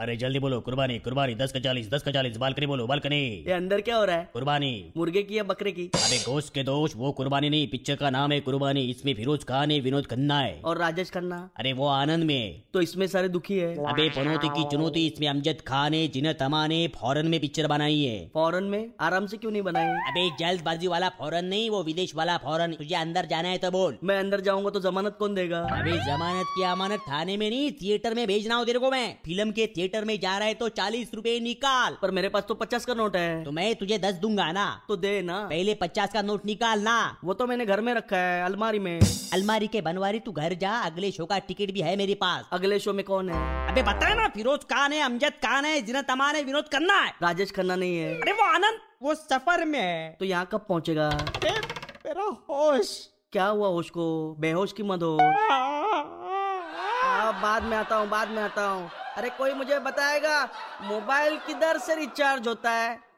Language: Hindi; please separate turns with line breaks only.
अरे जल्दी बोलो कुर्बानी कुर्बानी दस का चालीस दस का चालीस बालकनी बोलो बालकनी
ये अंदर क्या हो रहा है
कुर्बानी
मुर्गे की या बकरे की
अरे गोश्त के दोष वो कुर्बानी नहीं पिक्चर का नाम है कुर्बानी इसमें फिरोज खान है विनोद खन्ना है
और राजेश खन्ना
अरे वो आनंद में है।
तो इसमें सारे दुखी है
अबे पनौती की चुनौती इसमें अमजद खान है जिन्हें तमा ने फॉरन में पिक्चर बनाई है
फॉरन में आराम से क्यों नहीं बनाए
अबे जल्दबाजी वाला फॉरन नहीं वो विदेश वाला फॉरन तुझे अंदर जाना है तो बोल
मैं अंदर जाऊंगा तो जमानत कौन देगा
अबे जमानत की अमानत थाने में नहीं थिएटर में भेजना हो तेरे को मैं फिल्म के थिएटर में जा रहा है तो चालीस रूपए निकाल
पर मेरे पास तो पचास का नोट है
तो मैं तुझे दस दूंगा ना
तो दे ना
पहले पचास का नोट निकाल ना
वो तो मैंने घर में रखा है अलमारी में
अलमारी के बनवारी तू घर जा अगले शो का टिकट भी है मेरे पास
अगले शो में कौन है
अबे बता ना फिरोज खान है अमजद खान है जिना तमान है विनोद खन्ना है
राजेश खन्ना नहीं है
अरे वो आनंद वो सफर में है
तो यहाँ कब पहुँचेगा
ए, मेरा होश
क्या हुआ होश को बेहोश की मत हो हाँ, बाद में आता हूँ बाद में आता हूँ अरे कोई मुझे बताएगा मोबाइल किधर से रिचार्ज होता है